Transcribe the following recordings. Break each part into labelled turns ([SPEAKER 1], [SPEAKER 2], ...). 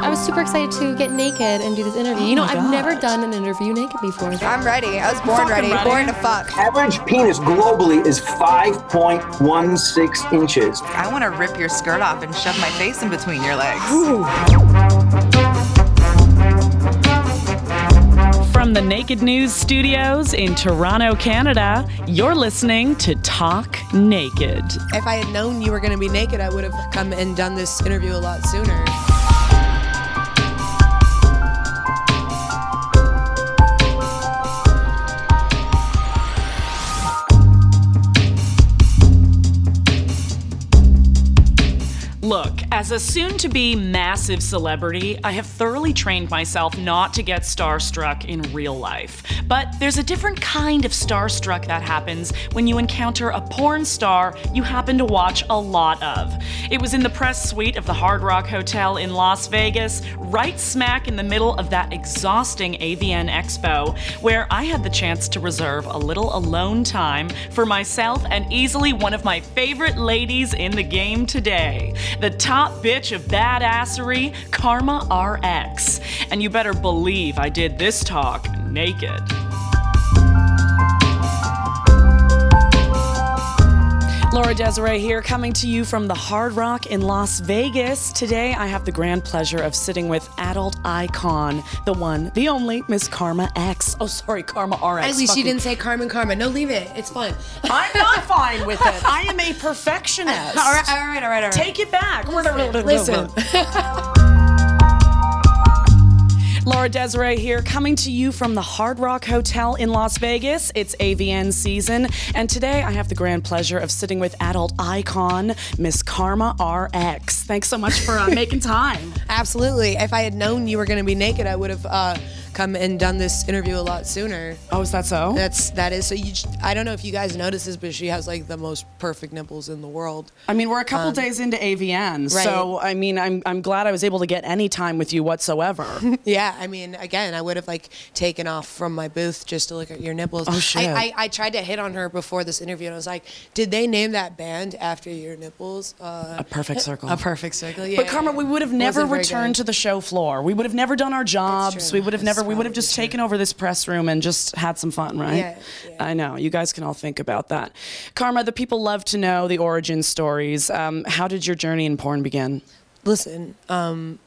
[SPEAKER 1] I was super excited to get naked and do this interview. You know,
[SPEAKER 2] my
[SPEAKER 1] I've
[SPEAKER 2] God.
[SPEAKER 1] never done an interview naked before.
[SPEAKER 3] I'm ready. I was born
[SPEAKER 2] Fucking
[SPEAKER 3] ready.
[SPEAKER 2] ready.
[SPEAKER 3] Born to fuck.
[SPEAKER 4] Average penis globally is 5.16 inches.
[SPEAKER 5] I want to rip your skirt off and shove my face in between your legs.
[SPEAKER 2] From the Naked News studios in Toronto, Canada, you're listening to Talk Naked.
[SPEAKER 6] If I had known you were going to be naked, I would have come and done this interview a lot sooner.
[SPEAKER 2] Look, as a soon to be massive celebrity, I have thoroughly trained myself not to get starstruck in real life. But there's a different kind of starstruck that happens when you encounter a porn star you happen to watch a lot of. It was in the press suite of the Hard Rock Hotel in Las Vegas, right smack in the middle of that exhausting AVN Expo, where I had the chance to reserve a little alone time for myself and easily one of my favorite ladies in the game today, the top bitch of badassery, Karma RX. And you better believe I did this talk naked. Laura Desiree here, coming to you from the Hard Rock in Las Vegas. Today, I have the grand pleasure of sitting with adult icon, the one, the only, Miss Karma X. Oh, sorry, Karma RX.
[SPEAKER 6] At least she
[SPEAKER 2] Fucking-
[SPEAKER 6] didn't say Carmen Carmen. No, leave it. It's fine.
[SPEAKER 2] I'm not fine with it. I am a perfectionist.
[SPEAKER 6] all right, all right, all right, all right.
[SPEAKER 2] Take it back.
[SPEAKER 6] Listen,
[SPEAKER 2] Laura Desiree here, coming to you from the Hard Rock Hotel in Las Vegas. It's AVN season, and today I have the grand pleasure of sitting with adult icon Miss Karma RX. Thanks so much for uh, making time.
[SPEAKER 6] absolutely. If I had known you were going to be naked, I would have uh, come and done this interview a lot sooner.
[SPEAKER 2] Oh, is that so?
[SPEAKER 6] That's that is so. You, j- I don't know if you guys notice this, but she has like the most perfect nipples in the world.
[SPEAKER 2] I mean, we're a
[SPEAKER 6] um,
[SPEAKER 2] couple days into AVN, so I mean, I'm I'm glad I was able to get any time with you whatsoever.
[SPEAKER 6] Yeah, I mean, again, I would have like taken off from my booth just to look at your nipples.
[SPEAKER 2] Oh, shit.
[SPEAKER 6] I, I, I tried to hit on her before this interview, and I was like, "Did they name that band after your nipples?" Uh,
[SPEAKER 2] a perfect circle.
[SPEAKER 6] a perfect circle. Yeah.
[SPEAKER 2] But Karma, we would have never
[SPEAKER 6] Wasn't very
[SPEAKER 2] returned to
[SPEAKER 6] good.
[SPEAKER 2] the show floor. We would have never done our jobs.
[SPEAKER 6] true.
[SPEAKER 2] We would have
[SPEAKER 6] That's
[SPEAKER 2] never. We would have just
[SPEAKER 6] probably
[SPEAKER 2] taken over this press room and just had some fun, right?
[SPEAKER 6] Yeah, yeah.
[SPEAKER 2] I know. You guys can all think about that. Karma, the people love to know the origin stories. Um, how did your journey in porn begin?
[SPEAKER 6] Listen, um,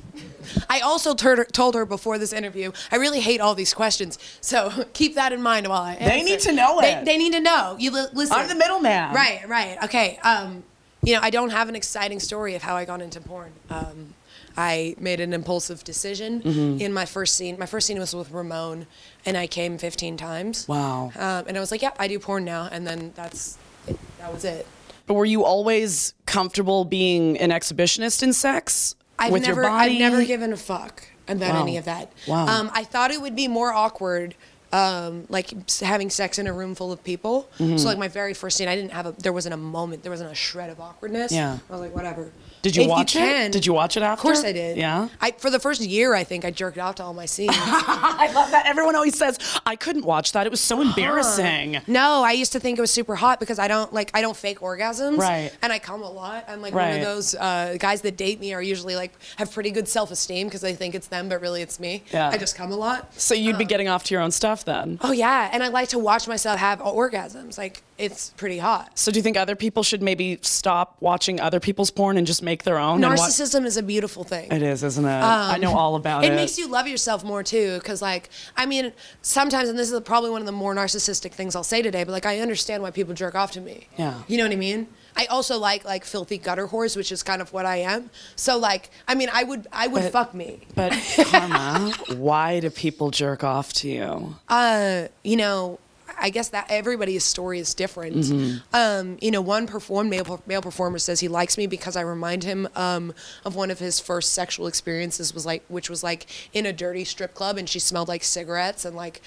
[SPEAKER 6] I also tur- told her before this interview, I really hate all these questions. So keep that in mind while I answer.
[SPEAKER 2] need to know
[SPEAKER 6] They,
[SPEAKER 2] it.
[SPEAKER 6] they need to know. You li- listen.
[SPEAKER 2] I'm the middleman.
[SPEAKER 6] Right, right. Okay. Um, you know, I don't have an exciting story of how I got into porn. Um, I made an impulsive decision
[SPEAKER 2] Mm-hmm.
[SPEAKER 6] in my first scene. My first scene was with Ramon, and I came 15 times.
[SPEAKER 2] Wow.
[SPEAKER 6] Um, and I was like, yeah, I do porn now. And then that's it. That was it.
[SPEAKER 2] But were you always comfortable being an exhibitionist in sex
[SPEAKER 6] I've
[SPEAKER 2] with
[SPEAKER 6] never,
[SPEAKER 2] your body?
[SPEAKER 6] I've never given a fuck about
[SPEAKER 2] Wow.
[SPEAKER 6] any of that.
[SPEAKER 2] Wow.
[SPEAKER 6] Um, I thought it would be more awkward, um, like s- having sex in a room full of people.
[SPEAKER 2] Mm-hmm.
[SPEAKER 6] So like my very first scene, I didn't have a. There wasn't a moment. There wasn't a shred of awkwardness.
[SPEAKER 2] Yeah.
[SPEAKER 6] I was like, whatever.
[SPEAKER 2] Did you
[SPEAKER 6] If
[SPEAKER 2] watch it?
[SPEAKER 6] can-
[SPEAKER 2] Did you watch it
[SPEAKER 6] Of course
[SPEAKER 2] after?
[SPEAKER 6] I did.
[SPEAKER 2] Yeah?
[SPEAKER 6] I for the first year, I think I jerked off to all my scenes.
[SPEAKER 2] I love that. Everyone always says I couldn't watch that. It was so embarrassing.
[SPEAKER 6] No, I used to think it was super hot because I don't like I don't fake orgasms.
[SPEAKER 2] Right.
[SPEAKER 6] And I come a lot. I'm like one
[SPEAKER 2] Right.
[SPEAKER 6] of those uh, guys that date me are usually like have pretty good self esteem because they think it's them, but really it's me.
[SPEAKER 2] Yeah.
[SPEAKER 6] I just come a lot.
[SPEAKER 2] So you'd be getting off to your own stuff then.
[SPEAKER 6] Oh yeah, and I like to watch myself have orgasms. Like it's pretty hot.
[SPEAKER 2] So do you think other people should maybe stop watching other people's porn and just make their own? and watch-
[SPEAKER 6] Narcissism is a beautiful thing.
[SPEAKER 2] It is, isn't it? I know all about it.
[SPEAKER 6] Um, it makes you love yourself more too because like i mean sometimes and this is probably one of the more narcissistic things i'll say today but like i understand why people jerk off to me
[SPEAKER 2] Yeah.
[SPEAKER 6] you know what i mean i also like like filthy gutter whores which is kind of what i am so like i mean i would i would
[SPEAKER 2] But-
[SPEAKER 6] fuck me
[SPEAKER 2] But Karma, why do people jerk off to you?
[SPEAKER 6] uh, you know, I guess that everybody's story is different.
[SPEAKER 2] Mm-hmm.
[SPEAKER 6] Um, you know, one perform male, male performer says he likes me because I remind him um, of one of his first sexual experiences was like, which was like in a dirty strip club, and she smelled like cigarettes and like,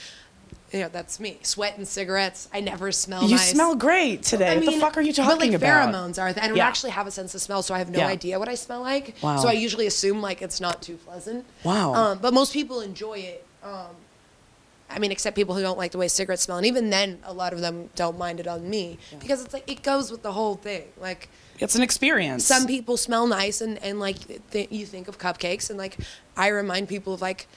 [SPEAKER 6] you know, that's me, sweat and cigarettes. I never smell.
[SPEAKER 2] You
[SPEAKER 6] Oh, nice.
[SPEAKER 2] smell great today. what the
[SPEAKER 6] mean,
[SPEAKER 2] fuck are you talking
[SPEAKER 6] but like
[SPEAKER 2] about?
[SPEAKER 6] Pheromones are. I don't
[SPEAKER 2] Yeah.
[SPEAKER 6] actually have a sense of smell, so I have no
[SPEAKER 2] Yeah.
[SPEAKER 6] idea what I smell like.
[SPEAKER 2] Wow.
[SPEAKER 6] So I usually assume like it's not too pleasant.
[SPEAKER 2] Wow.
[SPEAKER 6] Um, but most people enjoy it. Um, I mean, except people who don't like the way cigarettes smell, and even then, a lot of them don't mind it on me because it's like it goes with the whole thing. Like
[SPEAKER 2] It's an experience.
[SPEAKER 6] some people smell nice, and and like th- you think of cupcakes, and like I remind people of like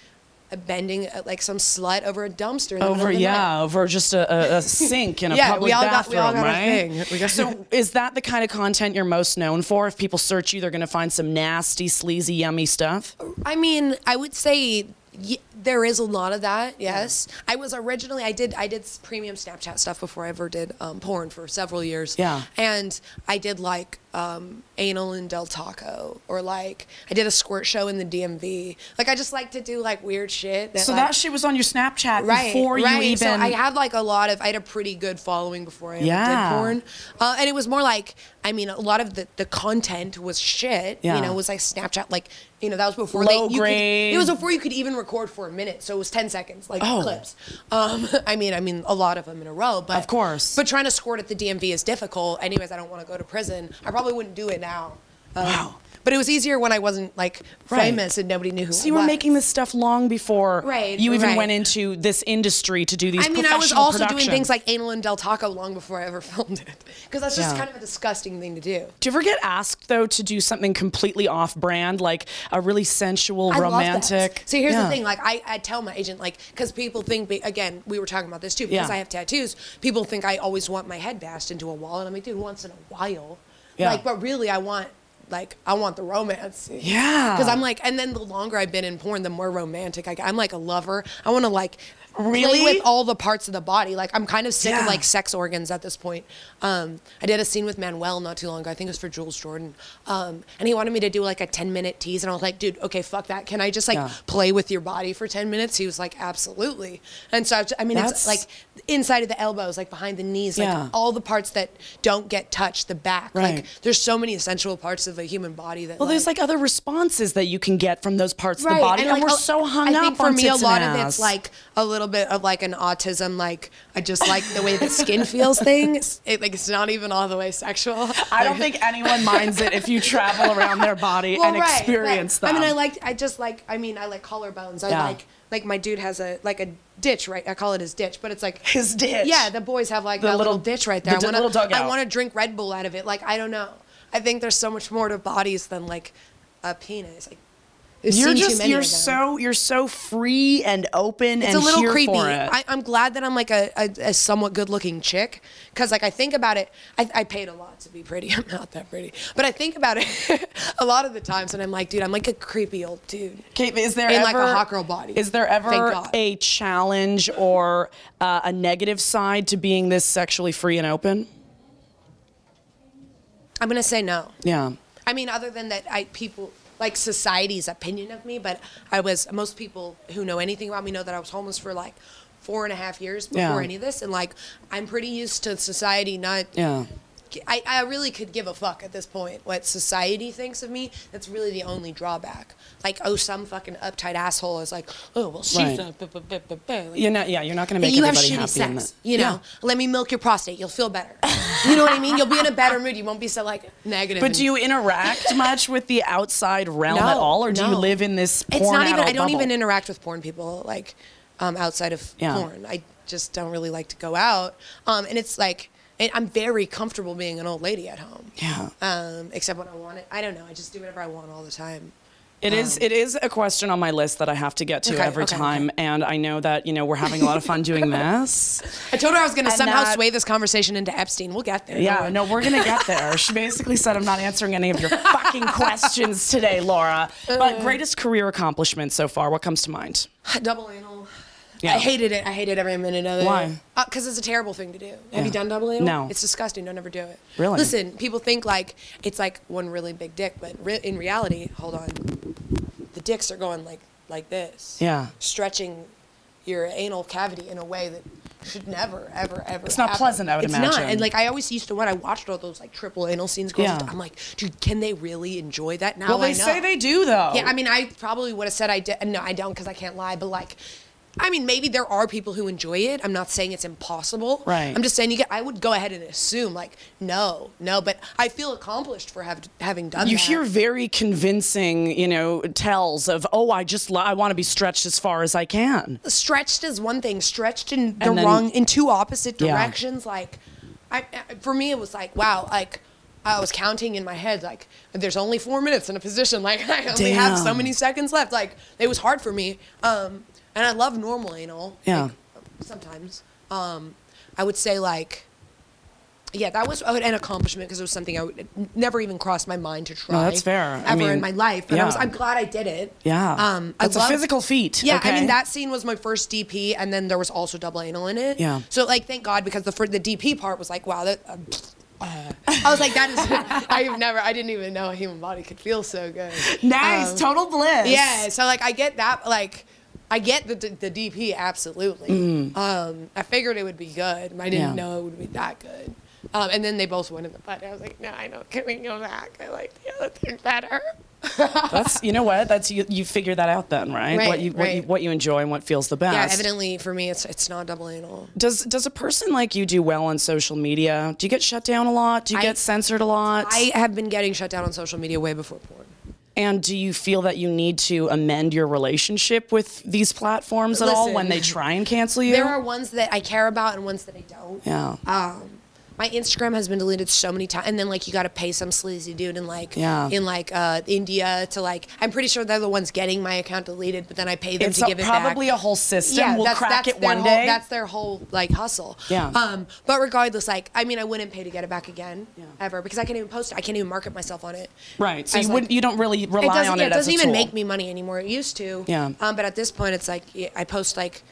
[SPEAKER 6] a bending uh, like some slut over a dumpster. In the middle
[SPEAKER 2] over
[SPEAKER 6] of the night.
[SPEAKER 2] yeah, over just a, a, a sink in a
[SPEAKER 6] Yeah,
[SPEAKER 2] public
[SPEAKER 6] we all got- we
[SPEAKER 2] bathroom,
[SPEAKER 6] all got our
[SPEAKER 2] right?
[SPEAKER 6] thing. We got-
[SPEAKER 2] so is that the kind of content you're most known for? If people search you, they're going to find some nasty, sleazy, yummy stuff.
[SPEAKER 6] I mean, I would say y- there is a lot of that. Yes, I was originally I did I did s- premium Snapchat stuff before I ever did um, porn for several years.
[SPEAKER 2] Yeah.
[SPEAKER 6] and I did like um, anal in Del Taco or like I did a squirt show in the DMV. Like I just like to do like weird shit. That,
[SPEAKER 2] So
[SPEAKER 6] like-
[SPEAKER 2] that shit was on your Snapchat
[SPEAKER 6] Right,
[SPEAKER 2] before
[SPEAKER 6] right.
[SPEAKER 2] you even.
[SPEAKER 6] So I had like a lot of, I had a pretty good following before I ever
[SPEAKER 2] Yeah.
[SPEAKER 6] did porn, uh, and it was more like, I mean, a lot of the, the content was shit.
[SPEAKER 2] Yeah.
[SPEAKER 6] You know, it was like Snapchat, like you know that was before
[SPEAKER 2] Low
[SPEAKER 6] they, you
[SPEAKER 2] grade.
[SPEAKER 6] Could, it was before you could even record for a minute, so it was ten seconds, like
[SPEAKER 2] Oh.
[SPEAKER 6] clips. Um, I mean, I mean a lot of them in a row, but
[SPEAKER 2] Of course.
[SPEAKER 6] But trying to squirt at the DMV is difficult. Anyways, I don't want to go to prison. I probably wouldn't do it now. Um,
[SPEAKER 2] Wow.
[SPEAKER 6] But it was easier when I wasn't like
[SPEAKER 2] Right.
[SPEAKER 6] famous and nobody knew who
[SPEAKER 2] So
[SPEAKER 6] I
[SPEAKER 2] you were
[SPEAKER 6] was.
[SPEAKER 2] making this stuff long before
[SPEAKER 6] Right,
[SPEAKER 2] you even
[SPEAKER 6] right.
[SPEAKER 2] went into this industry to do these.
[SPEAKER 6] I mean, I was
[SPEAKER 2] professional
[SPEAKER 6] also
[SPEAKER 2] productions.
[SPEAKER 6] doing things like anal and Del Taco long before I ever filmed it, because that's just
[SPEAKER 2] Yeah.
[SPEAKER 6] kind of a disgusting thing to do.
[SPEAKER 2] Do you ever get asked though to do something completely off-brand, like a really sensual,
[SPEAKER 6] I Love
[SPEAKER 2] romantic?
[SPEAKER 6] that. So here's
[SPEAKER 2] Yeah.
[SPEAKER 6] the thing: like I, I tell my agent, like, because people think be- again, we were talking about this too. Because
[SPEAKER 2] Yeah.
[SPEAKER 6] I have tattoos, people think I always want my head bashed into a wall, and I'm like, dude, once in a while,
[SPEAKER 2] Yeah.
[SPEAKER 6] like, but really, I want. Like I want the romance,
[SPEAKER 2] Yeah.
[SPEAKER 6] Because I'm like, and then the longer I've been in porn, the more romantic I get. I'm like a lover. I want to like
[SPEAKER 2] Really?
[SPEAKER 6] play with all the parts of the body. Like I'm kind of sick
[SPEAKER 2] Yeah.
[SPEAKER 6] of like sex organs at this point. Um, I did a scene with Manuel not too long ago. I think it was for Jules Jordan. Um, and he wanted me to do like a 10 minute tease. And I was like, dude, okay, fuck that. Can I just like
[SPEAKER 2] Yeah.
[SPEAKER 6] play with your body for 10 minutes? He was like, absolutely. And so, I, was- I mean,
[SPEAKER 2] That's-
[SPEAKER 6] it's like inside of the elbows, like behind the knees,
[SPEAKER 2] Yeah.
[SPEAKER 6] like all the parts that don't get touched, the back.
[SPEAKER 2] Right.
[SPEAKER 6] Like there's so many essential parts of a human body that
[SPEAKER 2] Well, there's like other responses that you can get from those parts of the body, and,
[SPEAKER 6] like,
[SPEAKER 2] we're
[SPEAKER 6] a-
[SPEAKER 2] so hung
[SPEAKER 6] I
[SPEAKER 2] up
[SPEAKER 6] think for
[SPEAKER 2] on
[SPEAKER 6] me,
[SPEAKER 2] tits
[SPEAKER 6] a lot
[SPEAKER 2] and
[SPEAKER 6] of
[SPEAKER 2] ass.
[SPEAKER 6] it's like a little bit of like an autism. Like I just like the way the skin feels thing. It's- It, like it's not even all the way sexual.
[SPEAKER 2] I don't think anyone minds it if you travel around their body and
[SPEAKER 6] right, right.
[SPEAKER 2] experience them.
[SPEAKER 6] I mean, I like. I just like. I mean, I like collarbones. I
[SPEAKER 2] Yeah.
[SPEAKER 6] like. Like my dude has a like a ditch right. I call it his ditch, but it's like
[SPEAKER 2] His ditch.
[SPEAKER 6] Yeah, the boys have like
[SPEAKER 2] The
[SPEAKER 6] that little,
[SPEAKER 2] little-
[SPEAKER 6] ditch right
[SPEAKER 2] the
[SPEAKER 6] there.
[SPEAKER 2] d-
[SPEAKER 6] I wanna,
[SPEAKER 2] little dugout.
[SPEAKER 6] I want to drink Red Bull out of it. Like I don't know. I think there's so much more to bodies than like a penis. Like, I've
[SPEAKER 2] You're
[SPEAKER 6] seen too
[SPEAKER 2] just
[SPEAKER 6] many
[SPEAKER 2] you're
[SPEAKER 6] of them.
[SPEAKER 2] so you're so free and open
[SPEAKER 6] it's
[SPEAKER 2] and
[SPEAKER 6] a little
[SPEAKER 2] here
[SPEAKER 6] creepy.
[SPEAKER 2] for it.
[SPEAKER 6] I, I'm glad that I'm like a, a, a somewhat good looking chick because like I think about it. I, I paid a lot to be pretty. I'm not that pretty, but I think about it a lot of the times, and I'm like, dude, I'm like a creepy old dude.
[SPEAKER 2] Okay, is there
[SPEAKER 6] in,
[SPEAKER 2] ever
[SPEAKER 6] like, a hot girl body.
[SPEAKER 2] Is there
[SPEAKER 6] Thank
[SPEAKER 2] ever
[SPEAKER 6] God.
[SPEAKER 2] a challenge or uh, a negative side to being this sexually free and open?
[SPEAKER 6] I'm gonna say no.
[SPEAKER 2] Yeah.
[SPEAKER 6] I mean, other than that, I people like society's opinion of me, but I was most people who know anything about me know that I was homeless for like four and a half years before
[SPEAKER 2] Yeah.
[SPEAKER 6] any of this, and like I'm pretty used to society not.
[SPEAKER 2] Yeah.
[SPEAKER 6] I, I really could give a fuck at this point what society thinks of me. That's really the only drawback. Like, oh, some fucking uptight asshole is like, oh, well, she's
[SPEAKER 2] Right.
[SPEAKER 6] a. bu- bu- bu- bu- bu." Like,
[SPEAKER 2] You're not. Yeah, you're not going to make
[SPEAKER 6] you have
[SPEAKER 2] everybody
[SPEAKER 6] shitty
[SPEAKER 2] happy in
[SPEAKER 6] sex.
[SPEAKER 2] that.
[SPEAKER 6] You know, let me milk your prostate. You'll feel better. you know what I mean? You'll be in a better mood. You won't be so like negative.
[SPEAKER 2] But
[SPEAKER 6] and-
[SPEAKER 2] do you interact much with the outside realm
[SPEAKER 6] No,
[SPEAKER 2] at all, or do you
[SPEAKER 6] no.
[SPEAKER 2] live in this? Porn
[SPEAKER 6] it's not even.
[SPEAKER 2] adult
[SPEAKER 6] I don't
[SPEAKER 2] bubble?
[SPEAKER 6] even interact with porn people like um, outside of
[SPEAKER 2] Yeah.
[SPEAKER 6] porn. I just don't really like to go out. Um, and it's like and I'm very comfortable being an old lady at home.
[SPEAKER 2] Yeah.
[SPEAKER 6] Um, except when I want it. I don't know. I just do whatever I want all the time.
[SPEAKER 2] It is. It is a question on my list that I have to get to
[SPEAKER 6] um, Okay,
[SPEAKER 2] every
[SPEAKER 6] okay,
[SPEAKER 2] time, and I know that you know we're having a lot of fun doing this.
[SPEAKER 6] I told her I was going to
[SPEAKER 2] And
[SPEAKER 6] somehow
[SPEAKER 2] that-
[SPEAKER 6] sway this conversation into Epstein. We'll get there. don't
[SPEAKER 2] Yeah,
[SPEAKER 6] worry.
[SPEAKER 2] no, we're gonna get there. She basically said, "I'm not answering any of your fucking questions today, Laura." But greatest career accomplishment so far? What comes to mind?
[SPEAKER 6] double anal.
[SPEAKER 2] Yeah.
[SPEAKER 6] I hated it. I hated every minute of it.
[SPEAKER 2] Why?
[SPEAKER 6] Because it's a terrible thing to do. Have
[SPEAKER 2] Yeah.
[SPEAKER 6] you done double anal?
[SPEAKER 2] No.
[SPEAKER 6] It's disgusting. Don't ever do it.
[SPEAKER 2] Really?
[SPEAKER 6] Listen, people think like it's like one really big dick, but re- in reality, hold on, the dicks are going like like this.
[SPEAKER 2] Yeah.
[SPEAKER 6] Stretching your anal cavity in a way that should never, ever, ever.
[SPEAKER 2] It's not
[SPEAKER 6] happen.
[SPEAKER 2] pleasant, I would
[SPEAKER 6] it's
[SPEAKER 2] imagine.
[SPEAKER 6] not. And like I always used to when I watched all those like triple anal scenes, girls.
[SPEAKER 2] Yeah.
[SPEAKER 6] I'm like, dude, can they really enjoy that? Now
[SPEAKER 2] Well,
[SPEAKER 6] Oh, I
[SPEAKER 2] they
[SPEAKER 6] know.
[SPEAKER 2] say they do though.
[SPEAKER 6] Yeah, I mean, I probably would have said I did. No, I don't because I can't lie. But like, I mean, maybe there are people who enjoy it. I'm not saying it's impossible.
[SPEAKER 2] Right.
[SPEAKER 6] I'm just saying you get. I would go ahead and assume like no, no, but I feel accomplished for have, having done.
[SPEAKER 2] You
[SPEAKER 6] that.
[SPEAKER 2] hear very convincing, you know, tells of, oh, I just, lo- I want to be stretched as far as I can.
[SPEAKER 6] stretched is one thing stretched in the
[SPEAKER 2] And then-
[SPEAKER 6] wrong in two opposite
[SPEAKER 2] Yeah.
[SPEAKER 6] directions like I, I for me it was like wow like i was counting in my head like there's only four minutes in a position like i only have so
[SPEAKER 2] Damn.
[SPEAKER 6] many seconds left like it was hard for me um and i love normal anal
[SPEAKER 2] Yeah.
[SPEAKER 6] like, sometimes um i would say like yeah, that was an accomplishment because it was something I would, it never even crossed my mind to try.
[SPEAKER 2] that's fair.
[SPEAKER 6] Ever
[SPEAKER 2] I mean,
[SPEAKER 6] in my life, but I was,
[SPEAKER 2] yeah.
[SPEAKER 6] I'm glad I did it.
[SPEAKER 2] Yeah.
[SPEAKER 6] um,
[SPEAKER 2] That's a
[SPEAKER 6] a
[SPEAKER 2] physical feat,
[SPEAKER 6] Yeah, I
[SPEAKER 2] okay?
[SPEAKER 6] mean that scene was my first DP, and then there was also double anal in it.
[SPEAKER 2] Yeah.
[SPEAKER 6] So like, thank God because the fir- the DP part was like, wow, that. um, uh, I was like, that is. I've never. I didn't even know a human body could feel so good.
[SPEAKER 2] Nice,
[SPEAKER 6] Um,
[SPEAKER 2] total bliss.
[SPEAKER 6] Yeah. So like, I get that. Like, I get the the, the DP absolutely. Um, I figured it would be good. and I didn't
[SPEAKER 2] Yeah.
[SPEAKER 6] know it would be that good. Um, and then they both went in the butt. I was like, no, I don't. Can we go back? I like the other thing better.
[SPEAKER 2] That's, you know what? That's, you, you figure that out then, right?
[SPEAKER 6] Right,
[SPEAKER 2] what, you, what, you,
[SPEAKER 6] right.
[SPEAKER 2] what you enjoy and what feels the best.
[SPEAKER 6] Yeah. Evidently, for me, it's it's not double anal.
[SPEAKER 2] Does does a person like you do well on social media? Do you get shut down a lot? Do you
[SPEAKER 6] I-
[SPEAKER 2] get censored a lot?
[SPEAKER 6] I have been getting shut down on social media way before porn.
[SPEAKER 2] and do you feel that you need to amend your relationship with these platforms at all
[SPEAKER 6] Listen.
[SPEAKER 2] when they try and cancel you?
[SPEAKER 6] There are ones that I care about and ones that I don't.
[SPEAKER 2] yeah.
[SPEAKER 6] My Instagram has been deleted so many times, and then like you got to pay some sleazy dude in like
[SPEAKER 2] Yeah.
[SPEAKER 6] in like uh, India to like. I'm pretty sure they're the ones getting my account deleted, but then I pay them
[SPEAKER 2] it's
[SPEAKER 6] to
[SPEAKER 2] a-
[SPEAKER 6] give it back.
[SPEAKER 2] probably a whole system. we'll crack it
[SPEAKER 6] their
[SPEAKER 2] one
[SPEAKER 6] whole,
[SPEAKER 2] day.
[SPEAKER 6] That's their whole like hustle.
[SPEAKER 2] Yeah.
[SPEAKER 6] Um, but regardless, like I mean, I wouldn't pay to get it back again ever because I can't even post it. I can't even market myself on it.
[SPEAKER 2] right. So
[SPEAKER 6] As,
[SPEAKER 2] you
[SPEAKER 6] like-
[SPEAKER 2] wouldn't. You don't really rely
[SPEAKER 6] it doesn't,
[SPEAKER 2] on
[SPEAKER 6] yeah,
[SPEAKER 2] it.
[SPEAKER 6] it doesn't
[SPEAKER 2] as a
[SPEAKER 6] even
[SPEAKER 2] tool.
[SPEAKER 6] make me money anymore. It used to.
[SPEAKER 2] Yeah.
[SPEAKER 6] Um, but at this point, it's like yeah, I post like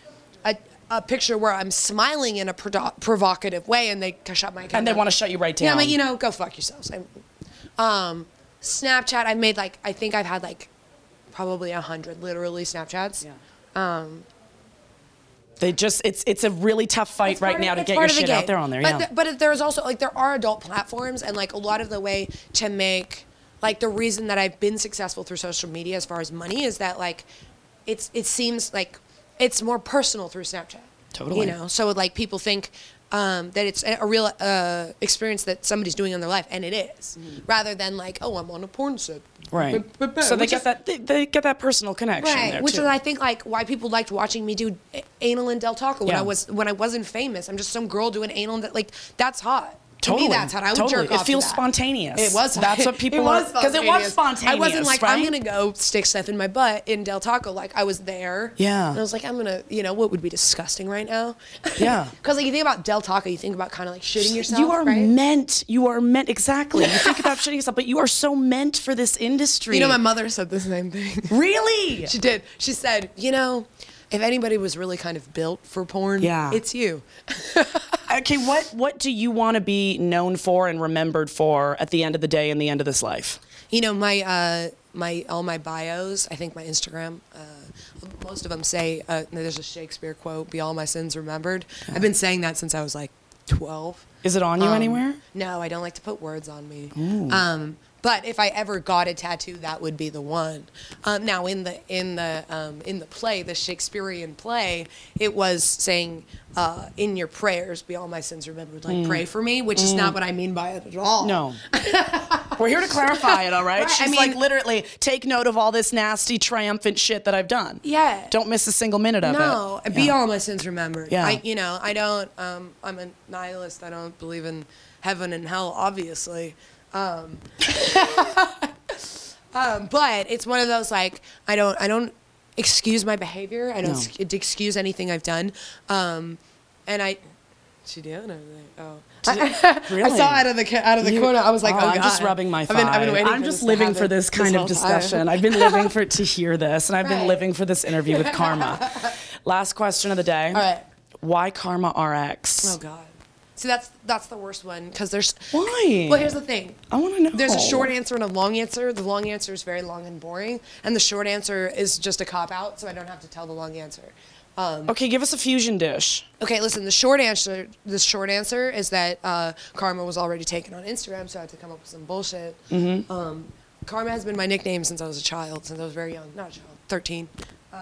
[SPEAKER 6] a, a picture where I'm smiling in a prodo- provocative way, and they c- shut my account.
[SPEAKER 2] And they
[SPEAKER 6] down.
[SPEAKER 2] want to shut you right down.
[SPEAKER 6] Yeah, but you know, go fuck yourselves. I'm, um, Snapchat. I made like I think I've had like probably a hundred literally Snapchats.
[SPEAKER 2] Yeah.
[SPEAKER 6] um,
[SPEAKER 2] They just. It's it's a really tough fight
[SPEAKER 6] It's
[SPEAKER 2] right
[SPEAKER 6] part of-
[SPEAKER 2] now to
[SPEAKER 6] it's
[SPEAKER 2] get your
[SPEAKER 6] part of the
[SPEAKER 2] shit
[SPEAKER 6] game.
[SPEAKER 2] out there on there.
[SPEAKER 6] But
[SPEAKER 2] yeah.
[SPEAKER 6] th- but there's also like there are adult platforms, and like a lot of the way to make like the reason that I've been successful through social media as far as money is that like it's it seems like it's more personal through Snapchat.
[SPEAKER 2] Totally.
[SPEAKER 6] You know, so like people think. Um, that it's a a real uh, experience that somebody's doing in their life, and it is,
[SPEAKER 2] Mm-hmm.
[SPEAKER 6] rather than like, oh, I'm on a porn set.
[SPEAKER 2] right.
[SPEAKER 6] But- but- but,
[SPEAKER 2] so they
[SPEAKER 6] which
[SPEAKER 2] get
[SPEAKER 6] is-
[SPEAKER 2] that. They, they get that personal connection. there,
[SPEAKER 6] which
[SPEAKER 2] too.
[SPEAKER 6] is I think like why people liked watching me do a- anal and Del Taco when
[SPEAKER 2] Yeah.
[SPEAKER 6] I was when I wasn't famous. I'm just some girl doing anal and that like that's hot. To
[SPEAKER 2] Totally.
[SPEAKER 6] me, that's hot. I would
[SPEAKER 2] Totally.
[SPEAKER 6] jerk
[SPEAKER 2] It
[SPEAKER 6] off. to
[SPEAKER 2] feels
[SPEAKER 6] that.
[SPEAKER 2] spontaneous.
[SPEAKER 6] It was.
[SPEAKER 2] That's what people
[SPEAKER 6] it was
[SPEAKER 2] are- 'cause it was
[SPEAKER 6] I wasn't
[SPEAKER 2] spontaneous,
[SPEAKER 6] like
[SPEAKER 2] right?
[SPEAKER 6] I'm gonna go stick stuff in my butt in Del Taco. Like I was there.
[SPEAKER 2] Yeah.
[SPEAKER 6] And I was like I'm gonna you know what would be disgusting right now.
[SPEAKER 2] Yeah.
[SPEAKER 6] Because like you think about Del Taco, you think about kind of like shitting yourself.
[SPEAKER 2] You are
[SPEAKER 6] right?
[SPEAKER 2] meant. You are meant. Exactly. You think about shitting yourself, but you are so meant for this industry.
[SPEAKER 6] You know, my mother said the same thing.
[SPEAKER 2] Really?
[SPEAKER 6] She did. She said, you know, if anybody was really kind of built for porn,
[SPEAKER 2] Yeah.
[SPEAKER 6] it's you.
[SPEAKER 2] Okay. What What do you want to be known for and remembered for at the end of the day and the end of this life?
[SPEAKER 6] You know, my uh, my all my bios. I think my Instagram. Uh, most of them say uh, there's a Shakespeare quote: "Be all my sins remembered." I've been saying that since I was like 12.
[SPEAKER 2] Is it
[SPEAKER 6] Um,
[SPEAKER 2] on you anywhere?
[SPEAKER 6] No, I don't like to put words on me. Um, but if I ever got a tattoo, that would be the one. Um, now in the in the um, in the play, the Shakespearean play, it was saying, uh, "In your prayers, be all my sins remembered." Like pray for me, which is not what I mean by it at all.
[SPEAKER 2] Mm. No. We're here to clarify it, all right?
[SPEAKER 6] Right, I
[SPEAKER 2] She's like
[SPEAKER 6] mean-
[SPEAKER 2] literally take note of all this nasty, triumphant shit that I've done.
[SPEAKER 6] Yeah.
[SPEAKER 2] Don't miss a single minute of
[SPEAKER 6] No,
[SPEAKER 2] it.
[SPEAKER 6] be
[SPEAKER 2] Yeah.
[SPEAKER 6] all my sins remembered.
[SPEAKER 2] Yeah.
[SPEAKER 6] I, you know, I don't. Um, I'm a nihilist. I don't believe in heaven and hell, obviously. Um, um, but it's one of those like I don't. I don't excuse my behavior. I don't
[SPEAKER 2] No.
[SPEAKER 6] sc- excuse anything I've done. Um, and I. She did. over there. Oh,
[SPEAKER 2] Really?
[SPEAKER 6] I saw out of the ca- out of the
[SPEAKER 2] You-
[SPEAKER 6] corner. I was like, oh,
[SPEAKER 2] I'm just
[SPEAKER 6] God.
[SPEAKER 2] rubbing my
[SPEAKER 6] I've
[SPEAKER 2] thigh.
[SPEAKER 6] been- I've been waiting
[SPEAKER 2] I'm
[SPEAKER 6] for
[SPEAKER 2] just
[SPEAKER 6] this to
[SPEAKER 2] living for
[SPEAKER 6] happen
[SPEAKER 2] this kind of
[SPEAKER 6] whole time.
[SPEAKER 2] discussion. I've been living for it to hear this, and I've been
[SPEAKER 6] Right.
[SPEAKER 2] living for this interview with Karma. Last question of the day.
[SPEAKER 6] All right.
[SPEAKER 2] Why Karma RX?
[SPEAKER 6] Oh God. See, that's that's the worst one because there's.
[SPEAKER 2] Why?
[SPEAKER 6] Well, here's the thing.
[SPEAKER 2] I wanna know.
[SPEAKER 6] There's a short answer and a long answer. The long answer is very long and boring, and the short answer is just a cop out, so I don't have to tell the long answer.
[SPEAKER 2] Okay, give us a fusion dish.
[SPEAKER 6] Okay, listen. The short answer, the short answer is that uh, Karma was already taken on Instagram, so I had to come up with some bullshit. Um, Karma has been my nickname since I was a child, since I was very young. Not a child, 13. Um,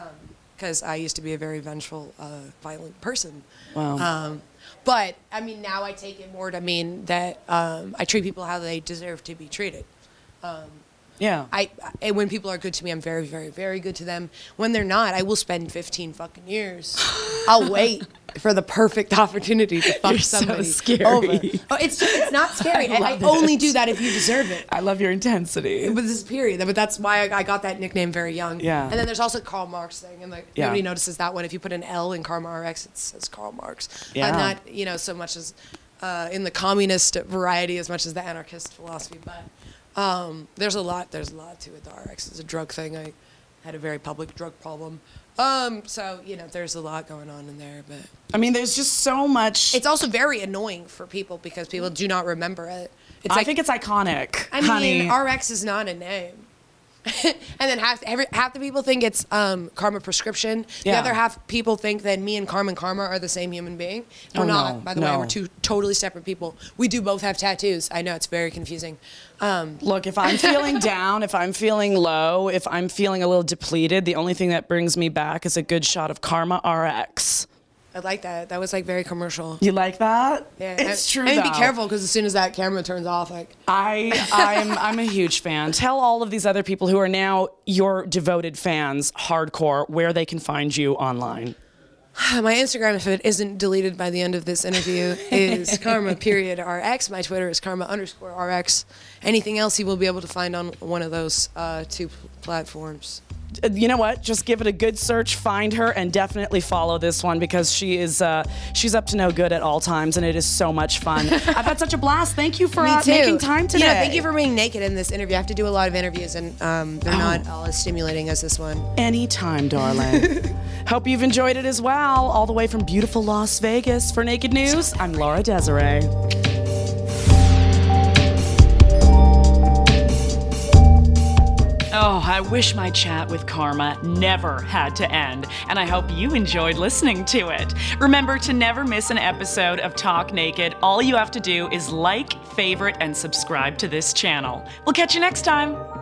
[SPEAKER 6] because I used to be a very vengeful, uh, violent person.
[SPEAKER 2] Wow.
[SPEAKER 6] Um, but I mean, now I take it more to mean that um, I treat people how they deserve to be treated.
[SPEAKER 2] Yeah.
[SPEAKER 6] I, I when people are good to me, I'm very, very, very good to them. When they're not, I will spend 15 fucking years. I'll wait for the perfect opportunity to fuck
[SPEAKER 2] You're so
[SPEAKER 6] somebody
[SPEAKER 2] scary.
[SPEAKER 6] over. Oh, it's it's not scary. I, I
[SPEAKER 2] love
[SPEAKER 6] only
[SPEAKER 2] it.
[SPEAKER 6] do that if you deserve it.
[SPEAKER 2] I love your intensity.
[SPEAKER 6] But this is period. But that's why I, I got that nickname very young.
[SPEAKER 2] Yeah.
[SPEAKER 6] And then there's also Karl Marx thing, and like
[SPEAKER 2] Yeah.
[SPEAKER 6] nobody notices that one. If you put an L in Karl Marx, it says Karl Marx. Uh,
[SPEAKER 2] Yeah.
[SPEAKER 6] not you know so much as uh, in the communist variety as much as the anarchist philosophy, but um, there's a lot. There's a lot to it. The RX is a drug thing. I had a very public drug problem. Um, so you know, there's a lot going on in there, but
[SPEAKER 2] I mean, there's just so much.
[SPEAKER 6] it's also very annoying for people because people do not remember it. It's
[SPEAKER 2] I
[SPEAKER 6] like-
[SPEAKER 2] think it's iconic.
[SPEAKER 6] I
[SPEAKER 2] honey.
[SPEAKER 6] mean, RX is not a name. and then half every, half the people think it's um, Karma Prescription. The
[SPEAKER 2] Yeah.
[SPEAKER 6] other half people think that me and Carmen Karma are the same human being. We're
[SPEAKER 2] Oh,
[SPEAKER 6] not,
[SPEAKER 2] no,
[SPEAKER 6] by the way.
[SPEAKER 2] no.
[SPEAKER 6] We're two totally separate people. We do both have tattoos. I know it's very confusing. Um,
[SPEAKER 2] Look, if I'm feeling down, if I'm feeling low, if I'm feeling a little depleted, the only thing that brings me back is a good shot of Karma RX.
[SPEAKER 6] I like that. That was like very commercial.
[SPEAKER 2] You like that?
[SPEAKER 6] Yeah,
[SPEAKER 2] it's
[SPEAKER 6] and,
[SPEAKER 2] true.
[SPEAKER 6] And
[SPEAKER 2] though.
[SPEAKER 6] be careful because as soon as that camera turns off, like
[SPEAKER 2] I, I'm, I'm a huge fan. Tell all of these other people who are now your devoted fans, hardcore, where they can find you online.
[SPEAKER 6] Uh, my Instagram, if it isn't deleted by the end of this interview, is karma period rx. My Twitter is karma underscore rx. Anything else you will be able to find on one of those uh, two pl- platforms.
[SPEAKER 2] Uh, You know what? Just give it a good search, find her, and definitely follow this one because she is, uh, she's up to no good at all times, and it is so much fun. I've had such a blast. Thank you for uh, making time today.
[SPEAKER 6] You know, thank you for being naked in this interview. I have to do a lot of interviews, and um,
[SPEAKER 2] Oh.
[SPEAKER 6] they're not all as stimulating as this one.
[SPEAKER 2] Anytime, darling. Hope you've enjoyed it as well. All the way from beautiful Las Vegas for Naked News, I'm Laura Desiree.
[SPEAKER 7] Oh, I wish my chat with Karma never had to end, and I hope you enjoyed listening to it. Remember to never miss an episode of Talk Naked. All you have to do is like, favorite, and subscribe to this channel. We'll catch you next time.